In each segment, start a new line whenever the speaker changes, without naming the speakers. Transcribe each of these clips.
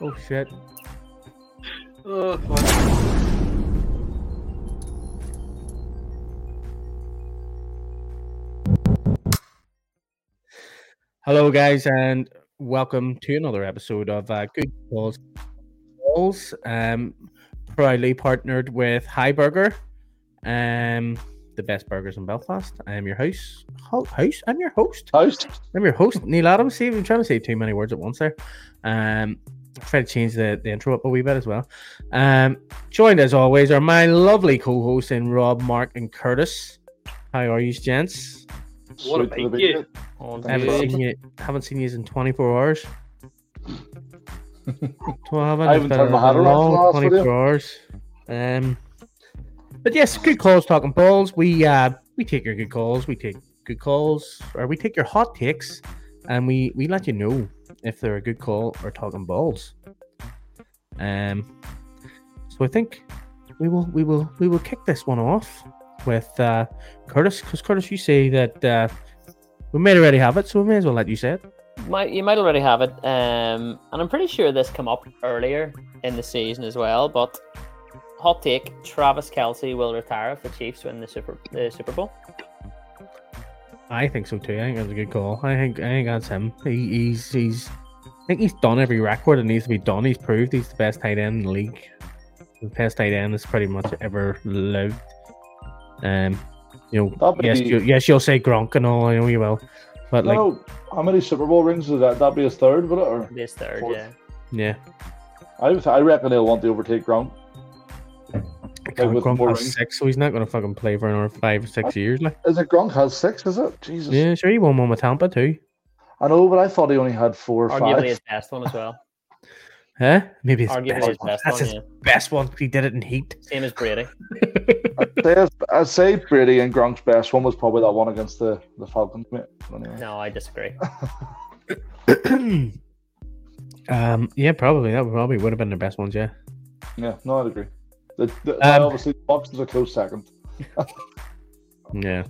Oh shit.
Oh, fuck.
Hello, guys, and welcome to another episode of uh, Good Calls. Calls. Um, proudly partnered with High Burger, um, the best burgers in Belfast. I am your host. Ho- host. I'm your host.
Host?
I'm your host, Neil Adams. See, I'm trying to say too many words at once there. Um, I'll try to change the, the intro up a wee bit as well. Um, joined as always are my lovely co-hosts in Rob, Mark, and Curtis. How are you, gents?
What a
Sweet to the
big year.
bit.
I haven't
Yeah.
seen you. Haven't seen you in 24 hours. Well, I haven't,
I haven't
been
turned my hat
a
around
long
for the last
24
video.
hours. Um, but yes, good calls, talking balls. We uh, we take your good calls. We take good calls, or we take your hot takes, and we we let you know if they're a good call or talking balls. Um, so I think we will we will we will kick this one off with uh, Curtis, because Curtis, you say that uh, we may already have it, so we may as well let you say it.
Might you might already have it, um, and I'm pretty sure this came up earlier in the season as well. But hot take: Travis Kelsey will retire if the Chiefs win the Super the Super Bowl.
I think so too. I think that's a good call. I think I think that's him. He, he's he's I think he's done every record that needs to be done. He's proved he's the best tight end in the league. The best tight end that's pretty much ever lived. Um, you know,
That'd
yes,
be-
you, yes, you'll say Gronk and all. I know you will, but like,
no, how many Super Bowl rings is that? That'd be his third, would it? Or
This third,
Fourth.
yeah.
yeah,
I, would- I reckon he'll want to overtake Gronk. Like with
Gronk
more
has
rings.
six, so he's not going to fucking play for another five or six years. Like,
Is it Gronk has six? Is it? Jesus.
yeah, sure, he won one with Tampa too.
I know, but I thought he only had four or
Arguably his
five.
best one as well.
Huh? Maybe his
Arguably
best
his
one.
best
That's
one,
his
yeah.
best one. He did it in heat.
Same as Brady.
I'd say, I'd say Brady and Gronk's best one was probably that one against the, the Falcons, mate. But anyway.
No, I disagree.
um, yeah, probably that probably would have been the best ones. Yeah.
Yeah, no, I'd agree. The, the,
Um,
obviously, the Falcons are close second.
Yeah.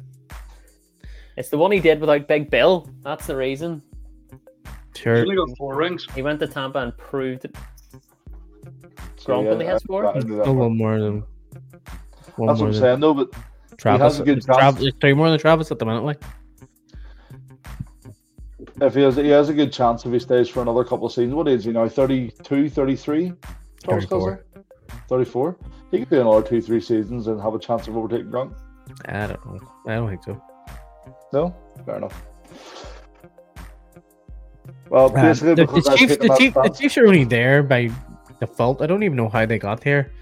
It's the one he did without Big Bill. That's the reason
He's
Sure.
only got four rings.
he went to Tampa and proved it.
So,
Gronk only has four?
I- I knew that
Still
one.
one more than. Oh, One more
That's what I'm
than
saying. No, but
Travis.
has a good
Trav-
chance.
there's two more than Travis at the minute. Like,
if he has, he has a good chance if he stays for another couple of seasons. What is he now? 32, 33? Charles
34.
Kelsey? 34? He could do another two, three seasons and have a chance of overtaking Gronk.
I don't know. I don't think so.
No? Fair enough. Well,
Um,
basically,
the,
because
the
I've
Chiefs,
taken
the,
that
Chiefs, the
stance-
Chiefs are only there by default. I don't even know how they got here.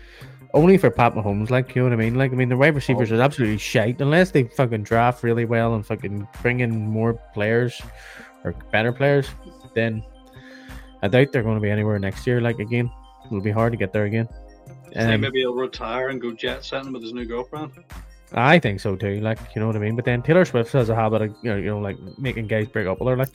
Only for Pat Mahomes, like you know what I mean. Like I mean, the wide receivers are absolutely shite unless they fucking draft really well and fucking bring in more players or better players. Then I doubt they're going to be anywhere next year. Like again, it'll be hard to get there again.
I think
Um,
maybe he'll retire and go jet setting with his new girlfriend.
I think so too. Like you know what I mean. But then Taylor Swift has a habit of you know, you know like making guys break up with her. Like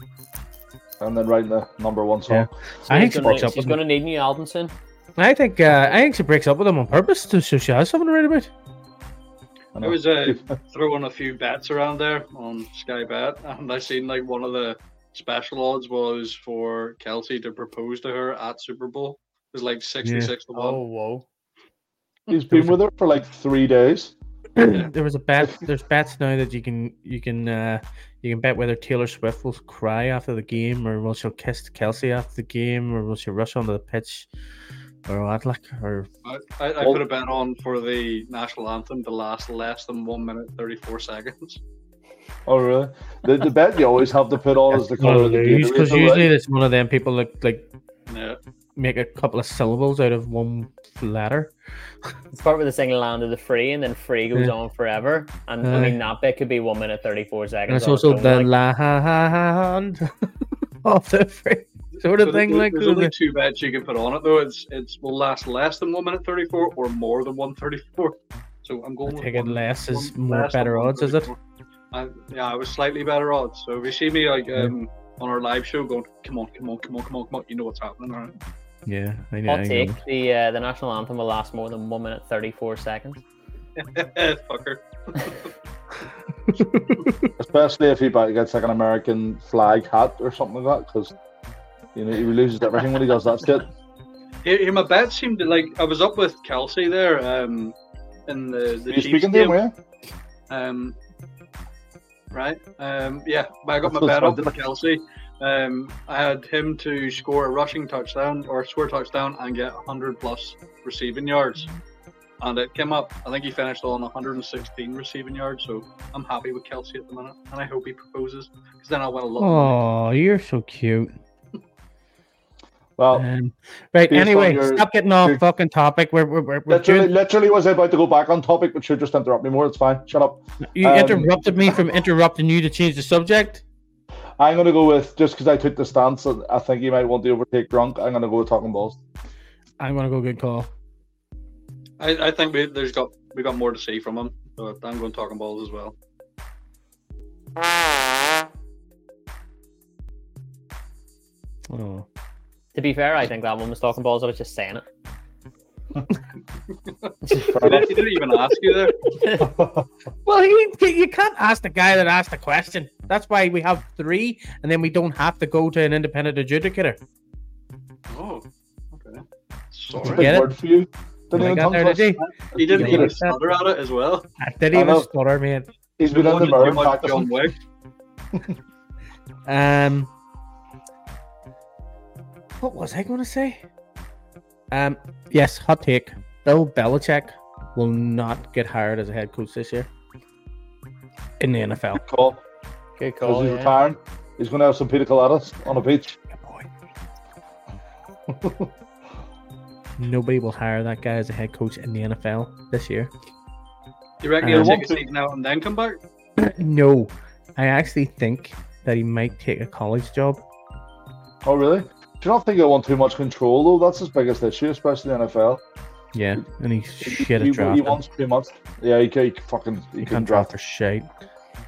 and then writing the number one song.
So
I
he's
think she
gonna-
breaks up
she's
with
going to need a new album soon.
I think uh, I think she breaks up with him on purpose, to, so she has something to write about.
I
I
know.
was uh, throwing a few bets around there on Sky Bet, and I seen like one of the special odds was for Kelsey to propose to her at Super Bowl. It was like 66 to 1.
Oh,
whoa!
He's been with her for like three days.
there was a bet. There's bets now that you can you can uh, you can bet whether Taylor Swift will cry after the game, or will she kiss Kelsey after the game, or will she rush onto the pitch, or what like, or
I, I, I put a bet on for the national anthem to last less than 1 minute 34 seconds.
Oh, really? The, the bet you always have to put on is the color of the game.
because usually it's one of them people that like
Yeah.
make a couple of syllables out of one letter.
It's part where they sing "Land of the Free" and then "Free" goes
Yeah.
on forever. And I
Aye.
mean, that bit could be one minute thirty-four seconds.
And it's
on its
also
own,
the
like.
la ha ha ha hand of the free sort of
So
thing
there-
like
there's
so
only
the-
two bets you can put on it though. It's it's will last less than one minute thirty four or more than one thirty four. So I'm going.
I
with
think it
one-
less is
one-
more
less than
better odds, is it?
134. I, yeah, I was slightly better odds. So if you see me like um on our live show going, come on, come on, come on, come on, come on, you know what's happening, all right?
Yeah, I know.
Hot
I know.
take: the uh, the national anthem will last more than one minute thirty-four seconds.
Fucker.
Especially if he buy- gets like an American flag hat or something like that, because you know he loses everything when he does that shit.
Here, here my bet seemed to like I was up with Kelsey there, um, in the the
you
Chiefs
speaking to him,
game.
were you?
Um, right. Um, yeah, but I got my
That's
bet up
fine.
with Kelsey. Um, I had him to score a rushing touchdown or score a touchdown and get 100 plus receiving yards. And it came up. I think he finished on 116 receiving yards. So I'm happy with Kelsey at the minute. And I hope he proposes because then I win a lot. of money.
Oh, you're so cute.
Well,
Um, right.
Oh. Based on
Anyway,
your-
stop getting off
your-
fucking topic. We're we're, we're, we're
literally,
doing,
literally was about to go back on topic, but you just interrupt me more. It's fine. Shut up.
you
um,
interrupted me from interrupting you to change the subject.
I'm going to go with just because I took the stance that I think he might want to overtake Gronk. I'm going to go with Talking Balls.
I'm gonna go good call.
I, I think we, there's got we got more to see from him. So I'm going talking balls as well.
Oh.
To be fair, I think that one was talking balls. I was just saying
Fair
He
enough.
didn't, he didn't even ask you there.
it.
Well, he, you can't ask the guy that asked the question. That's why we have three, and then we don't have to go to an independent adjudicator.
Oh, okay.
It's a
Sorry.
Get
big
it?
word for you. Didn't
I
even
got
tongue
there
twist.
today.
He didn't
Yeah.
even stutter at it as well.
I didn't
I
even
know.
stutter, man.
He's been in the
Wanted
mirror
too much John
practicing.
Wick.
Um, what was I going to say? Um, yes, hot take. Bill Belichick will not get hired as a head coach this year in the NFL.
Call.
Good
Because
call.
he's
yeah.
retiring. He's going to have some pina coladas on a beach.
Yeah, boy. Nobody will hire that guy as a head coach in the NFL this year.
You reckon
Uh,
he'll take
want
a
to-
season out and then come back?
No, I actually think that he might take a college job.
Oh, really? Do you not think I want too much control, though? That's his biggest issue, especially in the NFL.
Yeah, and he's
He,
shit
he,
at
he
drafting.
wants too much. Yeah, he, can- he can fucking he,
He
can
can't
draft
draft for shit.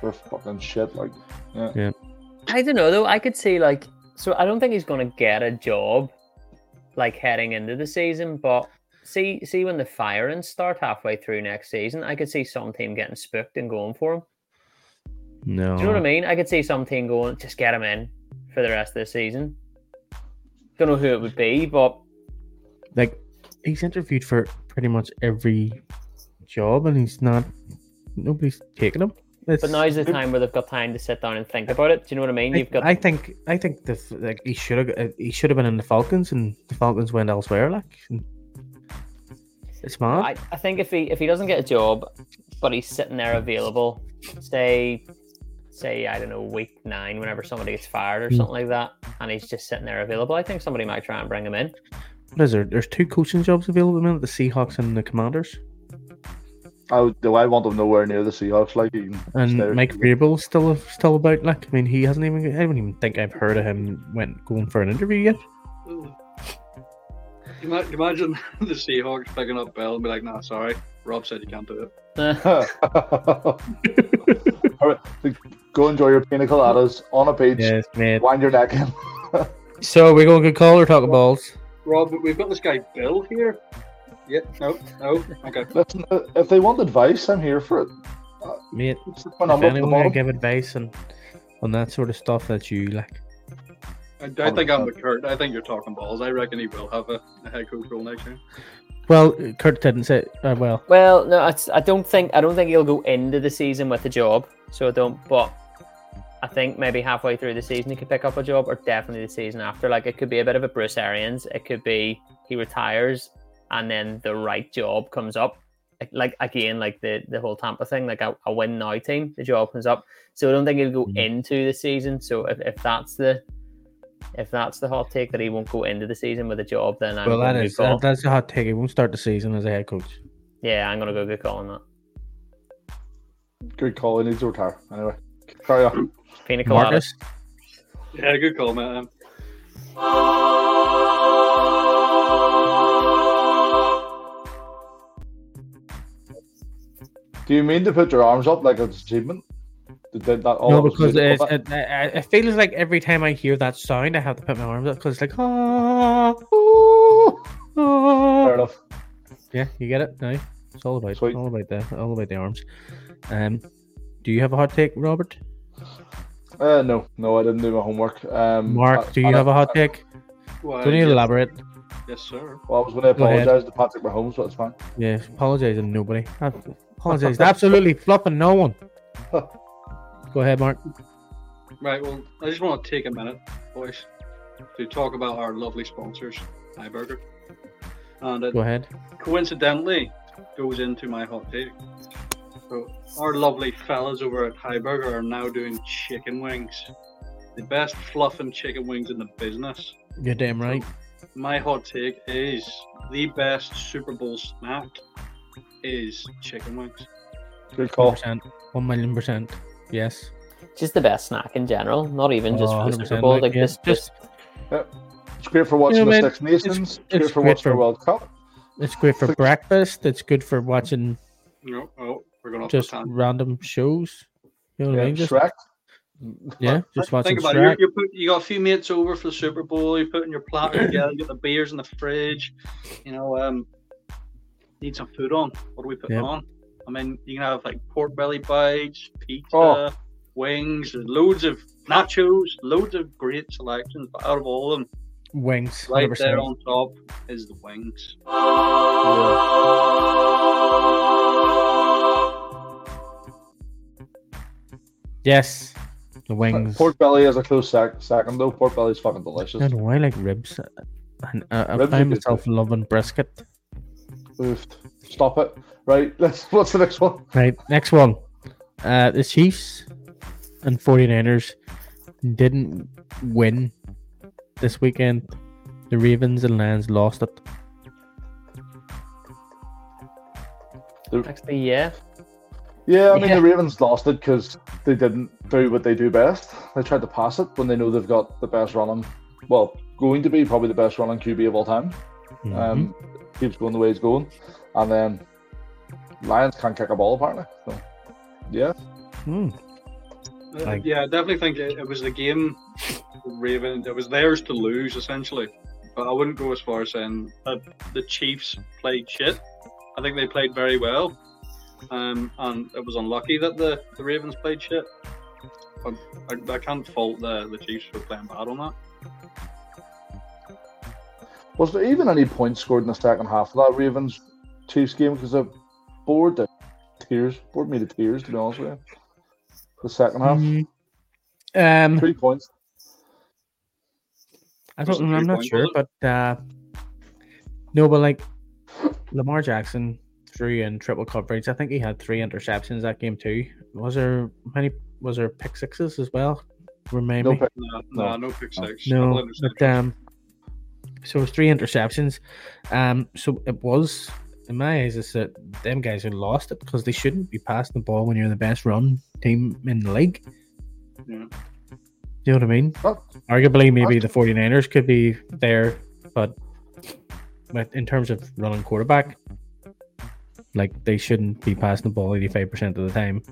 for fucking shit. Like,
I don't know though. I could see like so. I don't think he's gonna get a job, like heading into the season. But see, see when the firings start halfway through next season, I could see some team getting spooked and going for him.
No,
Do you know what I mean? I could see some team going, just get him in for the rest of the season. Don't know who it would be, but
like he's interviewed for pretty much every job and he's not nobody's taking him It's-
but now's the time where they've got time to sit down and think about it. Do you know what I mean?
I,
You've got
I think i think the f- like he should have he should have been in the falcons and the falcons went elsewhere like and it's mad
I, I think if he if he doesn't get a job, but he's sitting there available, say say I don't know week nine, whenever somebody gets fired or
Hmm.
something like that, and he's just sitting there available, I think somebody might try and bring him in.
what is there there's two coaching jobs available at the minute the seahawks and the commanders
I would, do I want him nowhere near the Seahawks? Like, he can
and
stay-
mike Vrabel's still still about like i mean he hasn't even i don't even think i've heard of him went going for an interview yet
Ooh. Ima- Imagine the Seahawks picking up Bell and be like, nah, sorry. Rob said you can't do it.
All right, go enjoy your pina coladas on a beach.
yes mate
Wind your neck in.
so we're going to call or talk balls
Rob, we've got this guy Bill here. Yeah, no, no. Okay.
Listen, uh, if they want advice, I'm here for it.
mate
It's my
If
number at the
anyone can
bottom.
give advice on, on that sort of stuff, that's you. Like,
I, I think I'm with Kurt. I think you're talking balls. I reckon he will have a, a head coach role next year.
well, Kurt didn't say. Uh, well,
Well, no, it's, I don't think I don't think he'll go into the season with a job, so I don't. But I think maybe halfway through the season he could pick up a job, or definitely the season after. Like it could be a bit of a Bruce Arians. It could be he retires and then the right job comes up. Like again, like the the whole Tampa thing, like a, a win now team, the job comes up. So I don't think he'll go
Mhm.
into the season. So if, if that's the if that's the hot take that he won't go into the season with a job, then I'm
well,
gonna
that
go
is
call.
that, that's a hot take. He won't start the season as a head coach.
yeah, I'm gonna go good call on that.
Good call. He needs to retire. Anyway, carry on.
Pina colada.
Marcus,
Yeah, good call, man.
Do you mean to put your arms up like an achievement? Did did that all
no,
that was
because
made
it's,
up of
it, it, it feels like every time I hear that sound, I have to put my arms up because it's like, ah, ah,
that? Fair
ah.
enough.
yeah, you get it. No, it's all about
Sweet.
all about the all about the arms. Um, do you have a hot take, Robert?
Uh, no, no, I didn't do my homework. Um,
Mark,
I-
do you
and I-
have a hot take?
Why,
Don't need to elaborate.
Yes, sir.
Well, I was going to
Go ahead.
apologise to Patrick Mahomes, but it's fine.
Yeah, apologise to nobody. I apologise to absolutely fluffing no one. Go ahead, Mark.
Right, well, I just want to take a minute, boys, to talk about our lovely sponsors, iBurger. And it
Go ahead.
coincidentally goes into my hot take. So, our lovely fellas over at Highburger are now doing chicken wings. The best fluffing chicken wings in the business.
You're damn right.
My hot take is the best Super Bowl snack is chicken wings.
Good
Oh.
call.
100%. One million percent. Yes.
Just the best snack in general, not even just
Oh,
for the
100%,
Super Bowl.
like,
Like,
yeah,
this, just
It's great for watching
Yeah,
the
man,
Six Nations. It's,
it's
great for
great
watching
for-
the World Cup.
It's great for breakfast. It's good for watching
No, oh, we're going off
just
the tangent.
random shows. You know what I
Yeah,
mean? Just,
Shrek.
yeah, just watching
Think about it. You're,
Shrek.
you're put, you got a few mates over for the Super Bowl. You're putting your platter together. You got the beers in the fridge. You know, um, need some food on. What are we putting
Yep.
on? I mean, you can have like pork belly bites, pizza,
Oh.
wings, there's loads of nachos, loads of great selections. But out of all of them,
Wings.
right
100%.
there on top is the wings.
Yes. The wings.
Pork belly is a close sec- second, though. Pork belly is fucking delicious.
I don't know. I like ribs. And uh, I
Ribs are
find
good
myself loving brisket.
Oofed. Stop it. Right, let's. What's the next one?
Right, next one. Uh, the Chiefs and 49ers didn't win this weekend. The Ravens and Lions lost it.
actually, yeah.
Yeah, I mean
Yeah.
the Ravens lost it because they didn't do what they do best. They tried to pass it when they know they've got the best running, well, going to be probably the best running QB of all time. Um, keeps going the way it's going, and then Lions can't kick a ball apparently. So, yeah,
Mhm.
Uh,
Like-
yeah, I definitely think it, it was the game the Raven it was theirs to lose essentially. But I wouldn't go as far as saying that the Chiefs played shit. I think they played very well. Um, and it was unlucky that the, the Ravens played shit. But I, I can't fault the, the Chiefs for playing bad on that.
was there even any points scored in the second half of that Ravens Chiefs game? Because it bored the tears, bored me to tears to be honest with you. The second half,
Mm. Um,
three points.
I
Wasn't
don't. I'm
three
not
point,
sure,
was
but uh, no, but like Lamar Jackson threw in triple coverage. I think he had three interceptions that game too. Was there many? Was there pick sixes as well? Remind
No
me.
pick.
No, no, no pick six. Double
No,
interception.
but um, so it was three interceptions. Um, so it was in my eyes, it's that them guys who lost it because they shouldn't be passing the ball when you're the best run team in the league.
Yeah.
Do you know what I mean?
Well-
Arguably, maybe the 49ers could be there, but but in terms of running quarterback, like they shouldn't be passing the ball 85% of the time.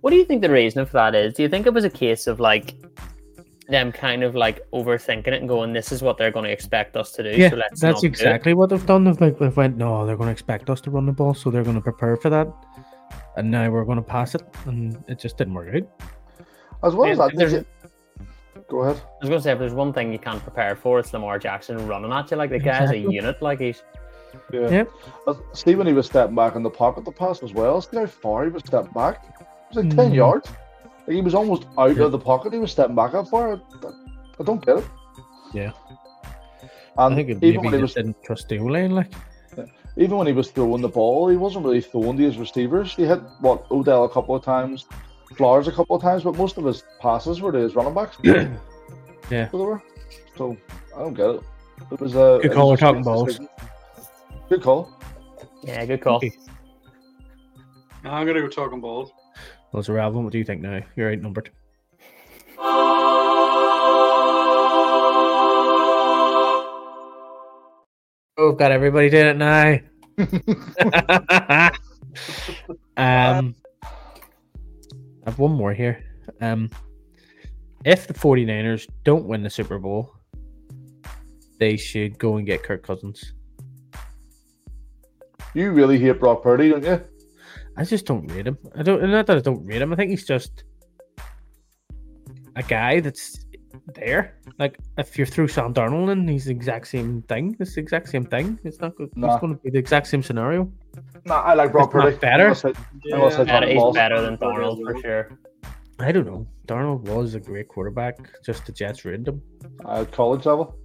What do you think the reason for that is? Do you think it was a case of like them kind of like overthinking it and going, "This is what they're going to expect us to do."
Yeah,
so let's not
that's
do it"?
exactly what they've done. They've like they've went, no, they're going to expect us to run the ball, so they're going to prepare for that, and now we're going to pass it, and it just didn't work out.
As well as
Yeah,
that, did
there's-
you- go ahead.
I was going to say, if there's one thing you can't prepare for, it's Lamar Jackson running at you like the guy's a
Exactly.
unit. Like he's
Yeah.
Yep.
Uh, See when he was stepping back in the pocket the pass as well. See how far he was stepping back. It was like ten
Mm.
yards. Like, he was almost out
Yeah.
of the pocket. He was stepping back that far. I, I don't get it.
Yeah.
And
I think it
even
maybe
when he
just
was
didn't trust the O line. Like,
even when he was throwing the ball, he wasn't really throwing to his receivers. He hit what Odell a couple of times, Flowers a couple of times, but most of his passes were to his running backs.
Yeah.
So they were. So I don't get it. It was a
Good
it
call,
was a
we're talking
strange
balls.
decision. Good call.
yeah, good call.
Okay.
I'm gonna go talking balls.
well, it's irrelevant. What do you think now? You're outnumbered. Oh, we've got everybody doing it now. um, I've one more here. Um, if the 49ers don't win the Super Bowl, they should go and get Kirk Cousins.
You really hate Brock Purdy, don't you?
I just don't rate him. I don't. Not that I don't rate him. I think he's just a guy that's there. Like if you're through Sam Darnold and he's the exact same thing, it's the exact same thing. It's not. go-
Nah.
It's going to be the exact same scenario.
Nah, I like Rob
It's not
Purdy.
better.
Unless it- unless it's
Better,
on
he's
balls.
better than Donald for sure.
I don't know. Darnold was a great quarterback. Just the Jets ruined him.
uh, college level.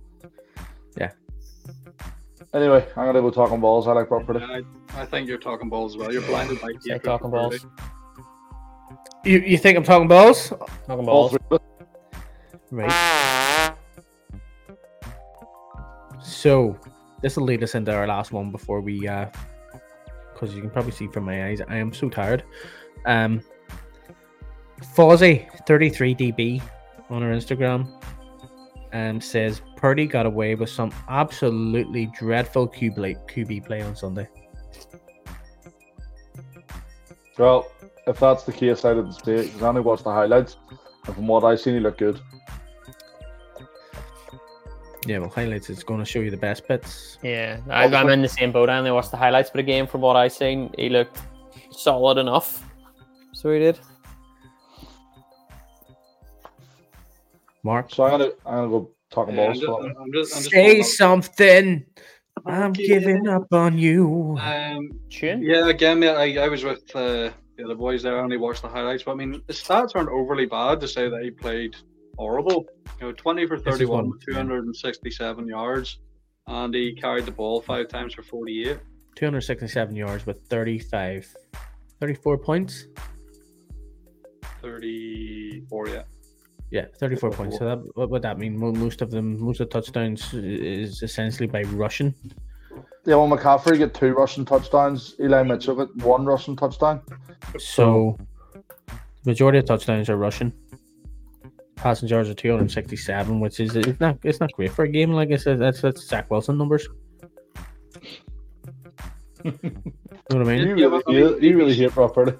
Yeah.
Anyway, I'm gonna go talking balls. I like Brock Purdy.
I, I think you're talking balls as well. You're blinded by
Say
hatred
talking
for Purdy.
balls.
You, you think I'm talking balls?
Talking
All
balls.
three of us.
Right. So this will lead us into our last one before we, uh because you can probably see from my eyes, I am so tired. Um, Fozzy thirty three DB on her Instagram, um says Purdy got away with some absolutely dreadful QB QB play on Sunday.
Well, if that's the case, I didn't see it because I only watched the highlights. And from what I seen, he looked good.
Yeah, well, highlights is going to show you the best bits.
Yeah, I, I'm in the same boat. I only watched the highlights, but again, from what I seen, he looked solid enough. So he did.
Mark,
So I'm gonna, I'm gonna go talking
Yeah, I'm
balls.
just,
for that.
I'm just, I'm just
say
pulling
something. I'm
Okay.
giving up on you.
up. Um,
Tune.
Yeah, again, mate, I, I was with uh, the other boys there. I only watched the highlights, but I mean, the stats aren't overly bad to say that he played horrible. You know, 20 for
This is
31
one,
with 267 yards, and he carried the ball five times for 48.
267 yards with 35, 34 points.
34, yeah.
Yeah, 34 points. So that what would that mean? Mo- Most of them, most of the touchdowns is essentially by rushing.
Yeah, well, McCaffrey get two rushing touchdowns. Eli Mitchell get one rushing touchdown.
So majority of touchdowns are rushing. Passing yards are 267, which is it's not it's not great for a game. Like I said, that's that's Zach Wilson numbers. you know what I mean?
You really, you, you really hate Brock Purdy.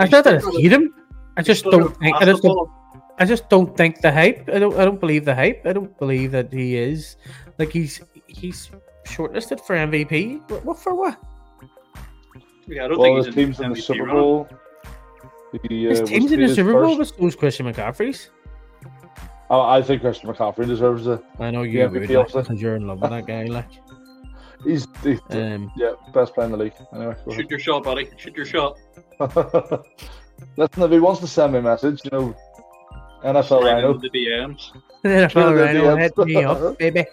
I
He's
thought that
still
I hate him. I just
Sort of
don't think I just don't
passable.
I just don't think the hype. I don't. I don't believe the hype. I don't believe that he is like he's he's shortlisted for MVP. What, what for what?
Yeah, I don't
Well,
think
his
he's
team's in the Super Bowl. He, uh,
His
was
team's in the
rated
Super Bowl,
first.
but so is Christian McCaffrey's.
I, I think Christian McCaffrey deserves it.
I know you
Yeah,
would
MVP
like,
also.
because you're in love with that guy. Like,
He's the
um,
yeah best player in the league. Anyway, go ahead.
Shoot your shot, buddy. Shoot your shot.
Listen, if he wants to send me a message, you know, NFL
Right
Rhino.
into the DMs.
NFL
Sure, they'll
Rhino,
be
hit
up.
me up, baby.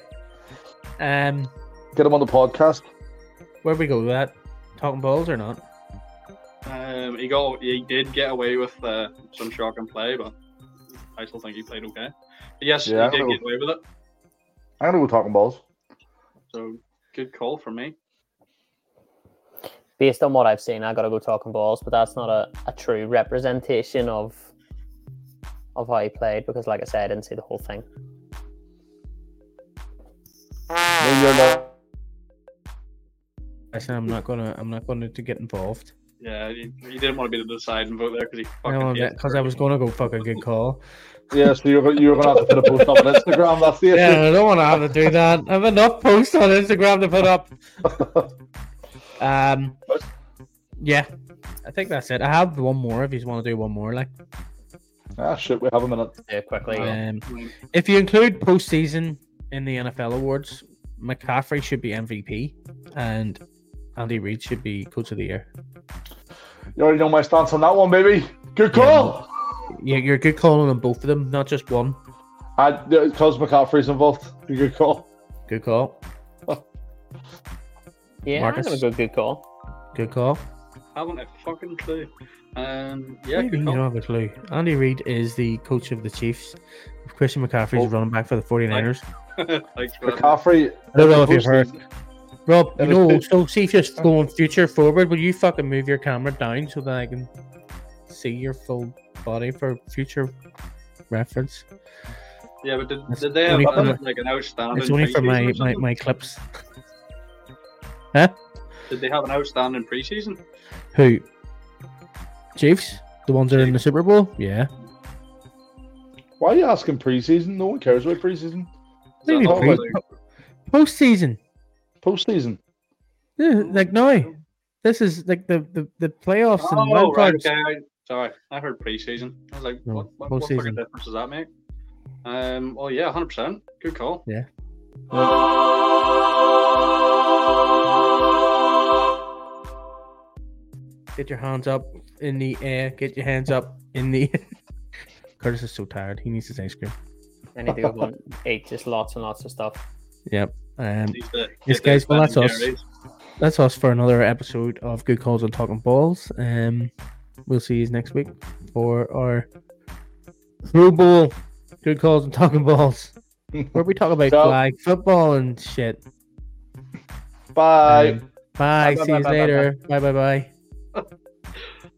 Um,
Get him on the podcast.
where we go with that? Talking balls or not?
Um, he got, he did get away with uh, some shock and play, but I still think he played okay. But yes,
Yeah, I
he did
know.
get away with it.
I'm gonna go talking balls.
So good call from me.
Based on what I've seen, I gotta go talking balls, but that's not a, a true representation of of how he played because, like I said, I didn't see the whole thing.
Maybe you're not-
I said I'm not gonna. I'm not gonna to get involved.
Yeah, he, he didn't want to be the deciding vote there because he fucking
Because
hated
I was gonna go fuck a good call.
Yeah, so you're, gonna- you're gonna have to put a post up on Instagram. That's the
yeah,
issue.
I don't want to have to do that. I have enough posts on Instagram to put up. Um, yeah, I think that's it. I have one more if you want to do one more. Like,
ah, shit, we have a minute.
Do it quickly.
Wow.
um,
him.
if you include postseason in the NFL awards, McCaffrey should be MVP, and Andy Reid should be Coach of the Year.
You already know my stance on that one, baby. Good call.
Yeah, you're good calling on both of them, not just one.
I because McCaffrey's involved. Good call.
Good call.
Yeah,
Marcus?
I'm gonna go good call.
Good call.
Haven't a fucking clue. Um, yeah,
Maybe
good
you
call.
don't have a clue. Andy Reid is the coach of the Chiefs. Christian McCaffrey
Oh.
is running back for the 49ers.
Thanks for that.
McCaffrey.
I don't know if you've heard. Rob, you
And it's
know,
been-
so see if you're going future forward, will you fucking move your camera down so that I can see your full body for future reference?
Yeah, but did,
It's
did they have
only
that
for
as, like an outstanding?
It's only for
preseason
my,
or
my,
something?
my clips.
Did they have an outstanding preseason?
Who? Chiefs? The ones that are in the Super Bowl? Yeah.
Why are you asking preseason? No one cares about preseason.
Is
Maybe
that all
pre-
about the-
Postseason.
Postseason.
Yeah, like now. This is like the, the, the playoffs and
Oh,
wild
right,
cards.
okay. I, sorry, I heard preseason. I was like,
No,
what, what, what fucking
postseason.
difference does that make? Um, well, yeah, 100%. Good call.
Get your hands up in the air. Get your hands up in the. Curtis is so tired. He needs his ice cream.
I need to go home and eat just lots and lots of stuff.
Yep. Um,
These, uh,
Yes,
get
guys,
those
well, that's
Ben and
us.
Jerry's.
that's us for another episode of Good Calls on Talking Balls. Um, we'll see you next week for our Pro Bowl Good Calls on Talking Balls, where we talk about
So-
flag football and shit.
Bye.
Um, bye.
Bye,
See
bye,
you
bye, bye,
later. bye, bye. bye.